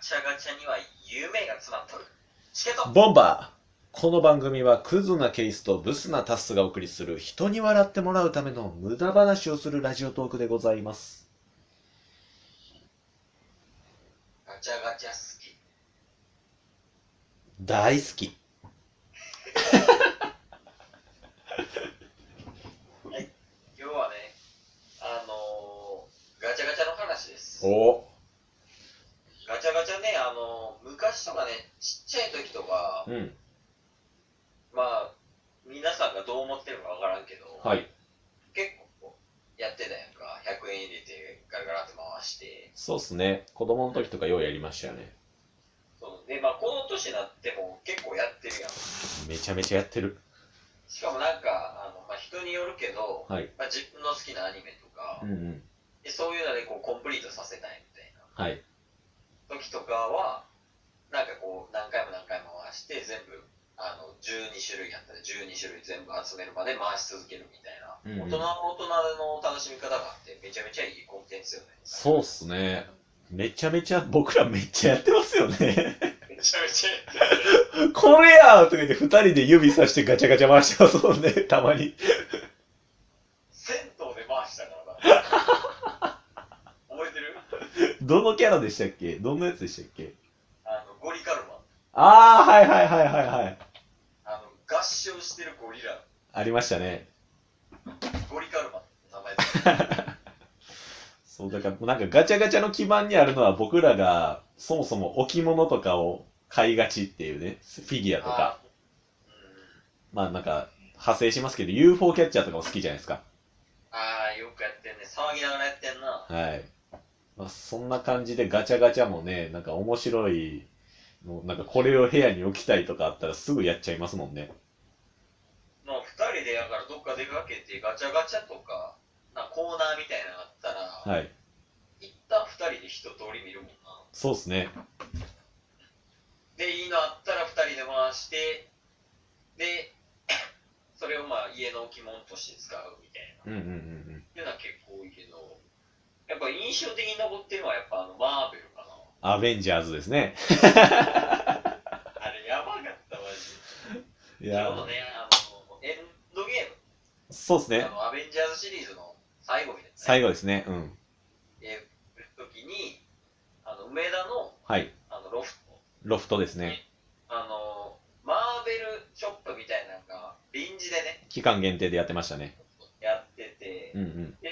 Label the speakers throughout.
Speaker 1: チャガチャには夢が詰まっとる。チケット
Speaker 2: ボンバーこの番組はクズなケースとブスなタスがお送りする人に笑ってもらうための無駄話をするラジオトークでございます。
Speaker 1: ガチャガチャ好き。
Speaker 2: 大好き。
Speaker 1: 要はね、あのー、ガチャガチャの話です。
Speaker 2: お
Speaker 1: ガチャガチャね、あのー、昔とかね、ちっちゃい時とか、
Speaker 2: うん。
Speaker 1: まあ、皆さんがどう思ってるかわからんけど、
Speaker 2: はい。
Speaker 1: 結構やってたやんか。100円入れてガラガラって回して。
Speaker 2: そうっすね。子供の時とかようやりましたよね。
Speaker 1: そうで、まあ、この年になっても結構やってるやん。
Speaker 2: めちゃめちゃやってる。
Speaker 1: しかもなんか、あのまあ、人によるけど、
Speaker 2: はい。
Speaker 1: まあ、自分の好きなアニメとか、
Speaker 2: うんうん。
Speaker 1: でそういうのでこうコンプリートさせたいみたい
Speaker 2: はい。
Speaker 1: な時とかは、なんかこう、何回も何回も回して、全部、あの、12種類やったら12種類全部集めるまで回し続けるみたいな。
Speaker 2: うんうん
Speaker 1: 大人も大人の楽しみ方があって、めちゃめちゃいいコンテンツよね。
Speaker 2: そうっすね。めちゃめちゃ、僕らめっちゃやってますよね。
Speaker 1: めちゃめちゃ。
Speaker 2: これやとか言って二人で指さしてガチャガチャ回してますもんね。たまに。
Speaker 1: 銭湯で回したからな。覚えてる
Speaker 2: どのキャラでしたっけどんなやつでしたっけ
Speaker 1: あの、ゴリカルマ。
Speaker 2: ああ、はいはいはいはいはい。
Speaker 1: あの、合唱してるゴリラ。
Speaker 2: ありましたね。
Speaker 1: ゴリカルマって名前で。
Speaker 2: そう、だから、なんかガチャガチャの基盤にあるのは僕らが、そもそも置物とかを買いがちっていうね、フィギュアと
Speaker 1: あ
Speaker 2: か。
Speaker 1: ー。うん
Speaker 2: まあなんか、派生しますけど、UFO キャッチャーとかも好きじゃないですか。
Speaker 1: あー、よくやってんね。騒ぎながらやってんな。
Speaker 2: はい。まあそんな感じでガチャガチャもね、なんか面白い、もうなんかこれを部屋に置きたいとかあったらすぐやっちゃいますもんね。
Speaker 1: もう二人でやからどっか出かけてガチャガチャとか、なんかコーナーみたいなのあったら、
Speaker 2: はい。
Speaker 1: 一旦二人で一通り見るもんな。
Speaker 2: そうですね。
Speaker 1: で、いいのあったら二人で回して、で、 それをまあ家の置物として使うみたいな。
Speaker 2: うんうんうんうん。
Speaker 1: っていうのは結構多いけど、やっぱ印象的に残ってるのはやっぱあのマーベルかな。
Speaker 2: アベンジャーズですね。
Speaker 1: あれやばかった、マジ
Speaker 2: い
Speaker 1: で。ち
Speaker 2: や
Speaker 1: ょうど
Speaker 2: ー、
Speaker 1: ね、あの、エンドゲーム、
Speaker 2: そうですね
Speaker 1: あ。のアベンジャーズシリーズの最後みたいな、ね。
Speaker 2: 最後ですね。うん。
Speaker 1: えー、時に、あの、梅田の、
Speaker 2: はい。
Speaker 1: あの、ロフト、
Speaker 2: ロフトですね。
Speaker 1: あの、マーベルショップみたいなのが、臨時でね、
Speaker 2: 期間限定でやってましたね。
Speaker 1: やってて
Speaker 2: う、んうん。
Speaker 1: で、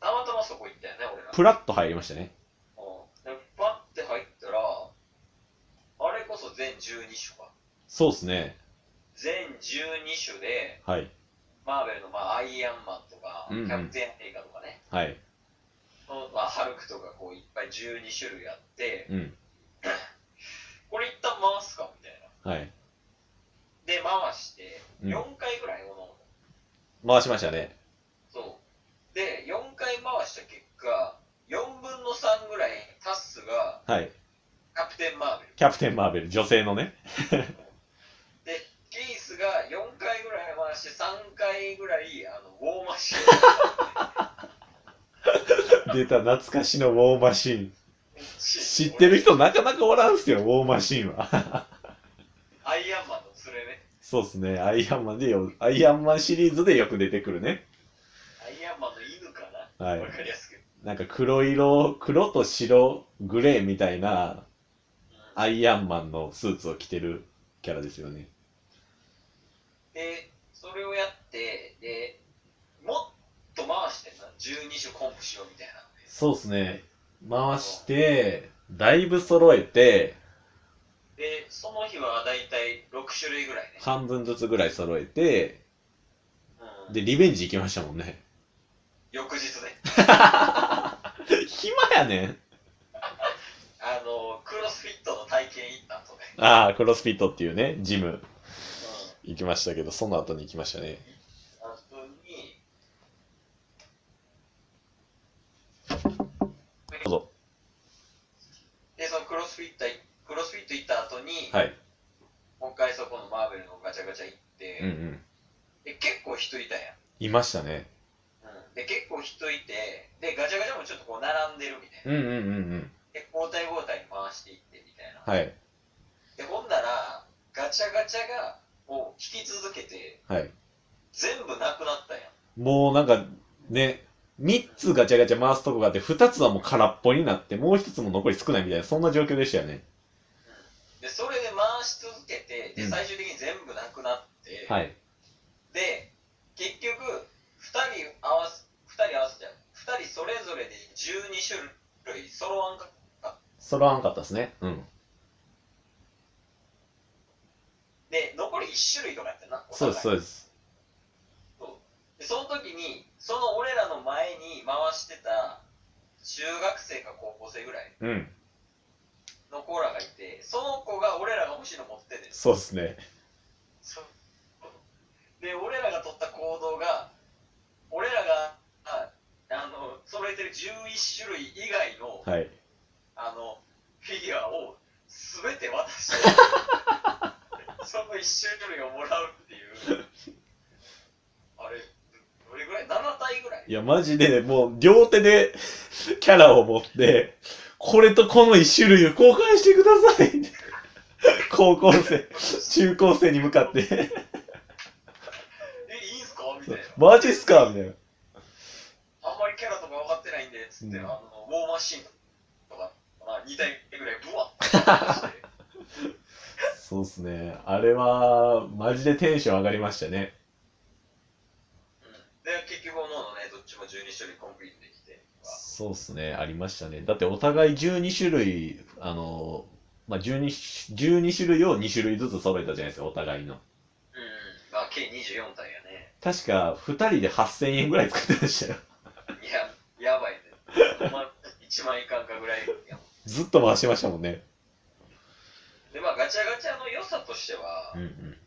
Speaker 1: たまたまそこ行ったよね、俺ら。
Speaker 2: プラッと入りましたね。
Speaker 1: うんで、パッて入ったら、あれこそ全12種か。
Speaker 2: そうですね。
Speaker 1: 全12種で、
Speaker 2: はい。
Speaker 1: マーベルの、まあ、アイアンマンとか、
Speaker 2: う
Speaker 1: キ
Speaker 2: んうん
Speaker 1: ャプテン・アメリカとかね、
Speaker 2: はい。
Speaker 1: のまあ、ハルクとかこういっぱい12種類あって、
Speaker 2: うん。
Speaker 1: これ一旦回すかみたいな。
Speaker 2: はい。
Speaker 1: で、回して、
Speaker 2: うん
Speaker 1: 4回ぐらいこの、
Speaker 2: 回しましたね。
Speaker 1: そう。で、4回回した結果、4分の3ぐらいタッスが
Speaker 2: はい。
Speaker 1: キャプテン・マーベル。
Speaker 2: キャプテン・マーベル、女性のね。
Speaker 1: で、ケースが4回ぐらい回して、3回ぐらい、あの、ウォーマシーン。
Speaker 2: 出た懐かしのウォーマシーン。 知
Speaker 1: 知
Speaker 2: ってる人なかなかおらんすよ、ウォーマシーンは。
Speaker 1: アイアンマンのそれね。
Speaker 2: そうっすね。アイアンマンでよ、アイアンマンシリーズでよく出てくるね。
Speaker 1: アイアンマンの犬かな。
Speaker 2: はい
Speaker 1: わ。かりやすく。
Speaker 2: なんか黒色、黒と白、グレーみたいな
Speaker 1: うん
Speaker 2: アイアンマンのスーツを着てるキャラですよね。
Speaker 1: で、それをやって、で、もっと回してんな、12種コンプしようみたいな。
Speaker 2: そうっすね。回して、だいぶ揃えて、
Speaker 1: で、その日はだいたい6種類ぐらいね。
Speaker 2: 半分ずつぐらい揃えて、
Speaker 1: うん、
Speaker 2: で、リベンジ行きましたもんね。
Speaker 1: 翌日ね。
Speaker 2: 暇やねん。
Speaker 1: あの、クロスフィットの体験行った後ね。
Speaker 2: ああ、クロスフィットっていうね、ジム
Speaker 1: うん
Speaker 2: 行きましたけど、その後に行きましたね。
Speaker 1: あとに、
Speaker 2: どうぞ。
Speaker 1: で、そのクロスフィット、クロスフィット行った後に、
Speaker 2: はい。
Speaker 1: もう一回そこのマーベルのガチャガチャ行って、
Speaker 2: うんうん。
Speaker 1: で、結構人いたや
Speaker 2: いましたね。
Speaker 1: ん。うん、で、結構人いて、で、ガチャガチャもちょっとこう並んでるみたいな。
Speaker 2: うんうんうんうん。
Speaker 1: で、交代交代に回していってみたい
Speaker 2: はい。
Speaker 1: で、ほんなら、ガチャガチャが、もう引き続けて、
Speaker 2: はい。
Speaker 1: 全部なくなったやん。
Speaker 2: もうなんか、ね、3つガチャガチャ回すとこがあって、2つはもう空っぽになって、もう1つも残り少ないみたいな、そんな状況でしたよね。
Speaker 1: で、それで回し続けて、
Speaker 2: う
Speaker 1: で、
Speaker 2: ん
Speaker 1: 最終的に全部なくなって、
Speaker 2: はい。
Speaker 1: で、結局、2人合わす、2人合わせじゃん。2人それぞれで12種類揃わんか
Speaker 2: 揃わんかったですね。うん。
Speaker 1: で、残り1種類とかやったな。お
Speaker 2: そう
Speaker 1: 互い
Speaker 2: です、そうです。
Speaker 1: でその時にその俺らの前に回してた中学生か高校生ぐらい
Speaker 2: うん。
Speaker 1: の子らがいてその子が俺らが欲しいの持ってて
Speaker 2: そうですね。
Speaker 1: で俺らが取った行動が俺らがああの揃えてる11種類以外の
Speaker 2: はい。
Speaker 1: あのフィギュアを全て渡 してその1種類をもらうっていうあれどれぐらい7体ぐらい
Speaker 2: いや、マジで、もう、両手で、 キャラを持って、これとこの一種類を交換してください って。高校生、中高生に向か って、
Speaker 1: え、いいんすかみたいな。
Speaker 2: マジっすかみたいな。
Speaker 1: あんまりキャラとか分かってないんで、つって、
Speaker 2: うん
Speaker 1: あの、ウォーマシーンとか、まあ、2体ぐらいブワッ として。
Speaker 2: そうっすね。あれは、マジでテンション上がりました
Speaker 1: う
Speaker 2: ね。
Speaker 1: んで、結局、おのおのね、どっちも12種類コンプリートできて。
Speaker 2: そうっすね。ありましたね。だって、お互い12種類、あの、まあ、12、12種類を2種類ずつ揃えたじゃないですか、お互いの。
Speaker 1: うん。まあ、計24体やね。
Speaker 2: 確か、2人で8000円ぐらい使ってましたよ。
Speaker 1: いや、やばいね。ほんま、1万いかんかぐらいやもん。
Speaker 2: ずっと回してましたもんね。
Speaker 1: で、まあ、ガチャガチャの良さとしては、
Speaker 2: うんうん。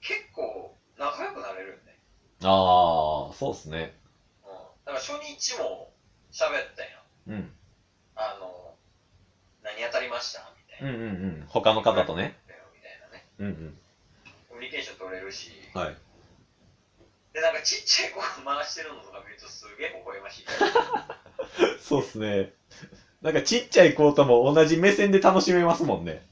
Speaker 1: 結構、仲良くなれるんで。
Speaker 2: ああ、そうっすね。
Speaker 1: うん。だから、初日も喋ったやん。
Speaker 2: うん。
Speaker 1: あの、何当たりましたみたい
Speaker 2: うん
Speaker 1: な。
Speaker 2: うんうん。他の方とね。
Speaker 1: みたいなね。
Speaker 2: うんうん。
Speaker 1: コミュニケーション取れるし、
Speaker 2: はい。
Speaker 1: で、なんかちっちゃい子が回してるのとか見るとすげえ微笑ましいから。
Speaker 2: そうっすね。なんかちっちゃい子とも同じ目線で楽しめますもんね。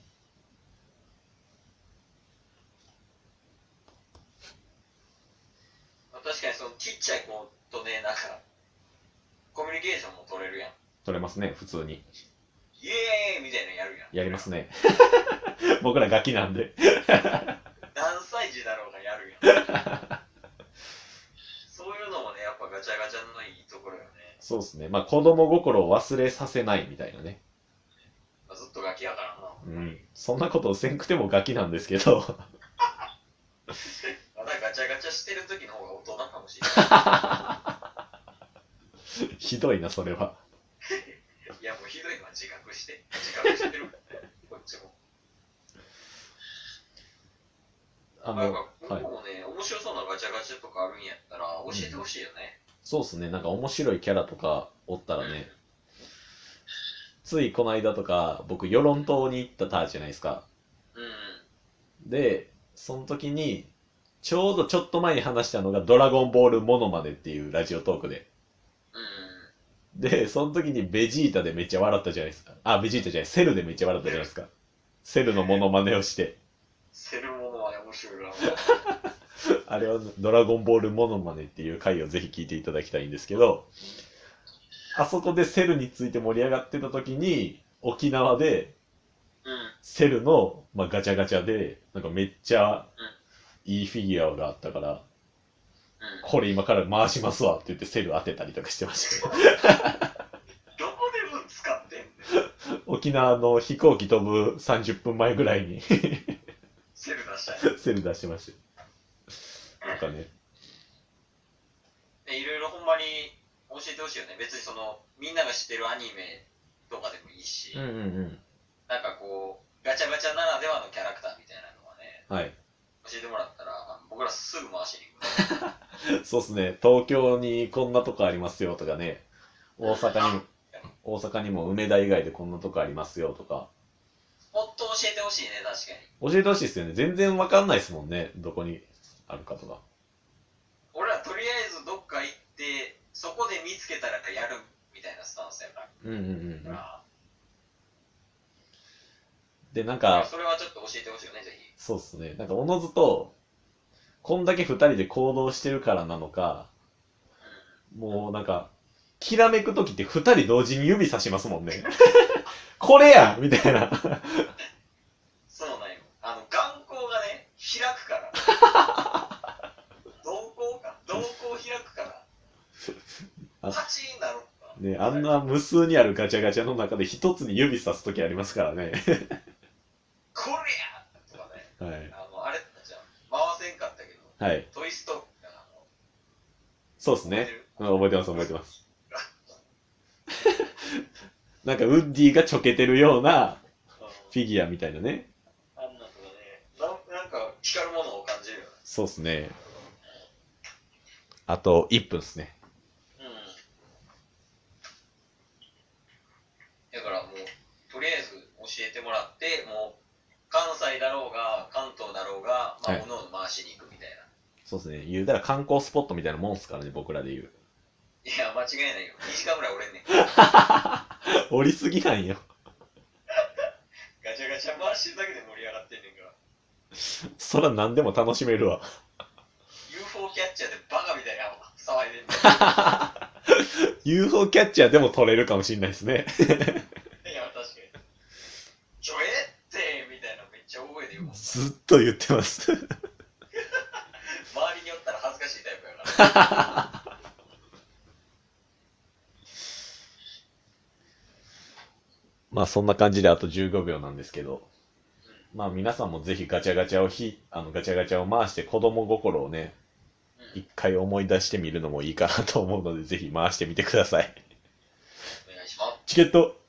Speaker 1: まあ確かにそのちっちゃい子とね、なんか、コミュニケーションも取れるやん。
Speaker 2: 取れますね、普通に。
Speaker 1: イエーイみたいなのやるやん。
Speaker 2: やります ね。僕らガキなんで。
Speaker 1: 何歳児だろうがやるやん。そういうのもね、やっぱガチャガチャのいいところよね。
Speaker 2: そうっすね。まあ子供心を忘れさせないみたいなね。
Speaker 1: まあ、ずっとガキやからな。
Speaker 2: うん。そんなことせんくてもガキなんですけど。
Speaker 1: まだガチャガチャしてる時の方が大人かもしれ
Speaker 2: ひどいな、それ
Speaker 1: な
Speaker 2: は。
Speaker 1: い。いや、もうひどいのは自覚して。自覚してるからね、こっちも。
Speaker 2: あ
Speaker 1: まあ、
Speaker 2: の、
Speaker 1: 向こうもね、面白そうなガチャガチャとかあるんやったら教えてほしいよね。
Speaker 2: そうっすね。なんか面白いキャラとかおったらね。ついこの間とか、僕、与論島に行ったたじゃないですか。
Speaker 1: うんうん。
Speaker 2: で、その時に、ちょうどちょっと前に話したのが、ドラゴンボールモノマネっていうラジオトークで。
Speaker 1: う
Speaker 2: で、その時にベジータでめっちゃ笑ったじゃないですか。あ、ベジータじゃない、セルでめっちゃ笑ったじゃないですか。セルのモノマネをして。
Speaker 1: セルモノはね面白いな。
Speaker 2: あれはドラゴンボールモノマネっていう回をぜひ聞いていただきたいんですけど、あそこでセルについて盛り上がってた時に、沖縄で
Speaker 1: うん。
Speaker 2: セルの、まあ、ガチャガチャで、なんかめっちゃいいフィギュアがあったから、
Speaker 1: うん。
Speaker 2: これ今から回しますわって言ってセル当てたりとかしてました。
Speaker 1: どこで運使ってんの
Speaker 2: 沖縄の飛行機飛ぶ30分前ぐらいに
Speaker 1: セル出したい。
Speaker 2: セル出してました。なんかね、
Speaker 1: ね、いろいろほんまに教えてほしいよね。別にその、みんなが知ってるアニメとかでもいいし、
Speaker 2: うんうん
Speaker 1: なんかこう、ガチャガチャならではのキャラクターみたいなのはね、
Speaker 2: うん。はい。
Speaker 1: 教えてもらったら、僕らすぐ回しに行く。
Speaker 2: そうっすね、東京にこんなとこありますよとかね、大阪にも、大阪にも梅田以外でこんなとこありますよとか、
Speaker 1: もっと教えてほしいね、確かに。
Speaker 2: 教えてほしいですよね。全然わかんないですもんね、どこにあるかとか。
Speaker 1: 俺らとりあえずどっか行って、そこで見つけたらやるみたいなスタンスやから。
Speaker 2: うんうんうんうん。で、なんか、
Speaker 1: それはちょっと教えてほしいよね、ぜひ。
Speaker 2: そうっすね。なんか、おのずと、こんだけ二人で行動してるからなのか、もうなんか、きらめくときって二人同時に指さしますもんね。 これやみたいな。
Speaker 1: そうなんよ。あの、眼光がね、開くから。 瞳孔か。瞳孔開くから。パ
Speaker 2: あ
Speaker 1: チーンだろうか。
Speaker 2: ね、あんな無数にあるガチャガチャの中で一つに指さすときありますからね。
Speaker 1: これやとかね。
Speaker 2: はい。
Speaker 1: あの、あれだったじゃん。回せんかったけど、
Speaker 2: はい。
Speaker 1: トイストーリーかな。
Speaker 2: そうですね。うん覚えてます、覚え てます。なんか、ウッディがちょけてるようなフィギュアみたいなね。
Speaker 1: あんなとかね、ななんか光るものを感じるよね。
Speaker 2: そうですね。あと1分ですね。
Speaker 1: うん。だからもう、とりあえず教えてもらって、もう、関西だろうが、関東だろうが、ま
Speaker 2: は
Speaker 1: あ、
Speaker 2: い
Speaker 1: おのおの回しに行くみたいな。
Speaker 2: そうですね。言うたら観光スポットみたいなもんですからね、僕らで言う。
Speaker 1: いや、間違いないよ。2時間ぐらい俺ねん。
Speaker 2: おりすぎなんよ。
Speaker 1: ガチャガチャ回してるだけで盛り上がってんねんから。
Speaker 2: そら何でも楽しめるわ。
Speaker 1: UFO キャッチャーでバカみたいな騒いでん の。
Speaker 2: UFO キャッチャーでも取れるかもしれないですね。
Speaker 1: いや、確かに。ちょえってみたいなのめっちゃ大声で言うもん。
Speaker 2: ずっと言ってます。
Speaker 1: 周りにおったら恥ずかしいタイプやから。
Speaker 2: まあそんな感じであと15秒なんですけど、まあ皆さんもぜひガチャガチャをひ、あのガチャガチャを回して子供心をね、
Speaker 1: うん
Speaker 2: 一回思い出してみるのもいいかなと思うので、ぜひ回してみてください。
Speaker 1: お願いします。
Speaker 2: チケット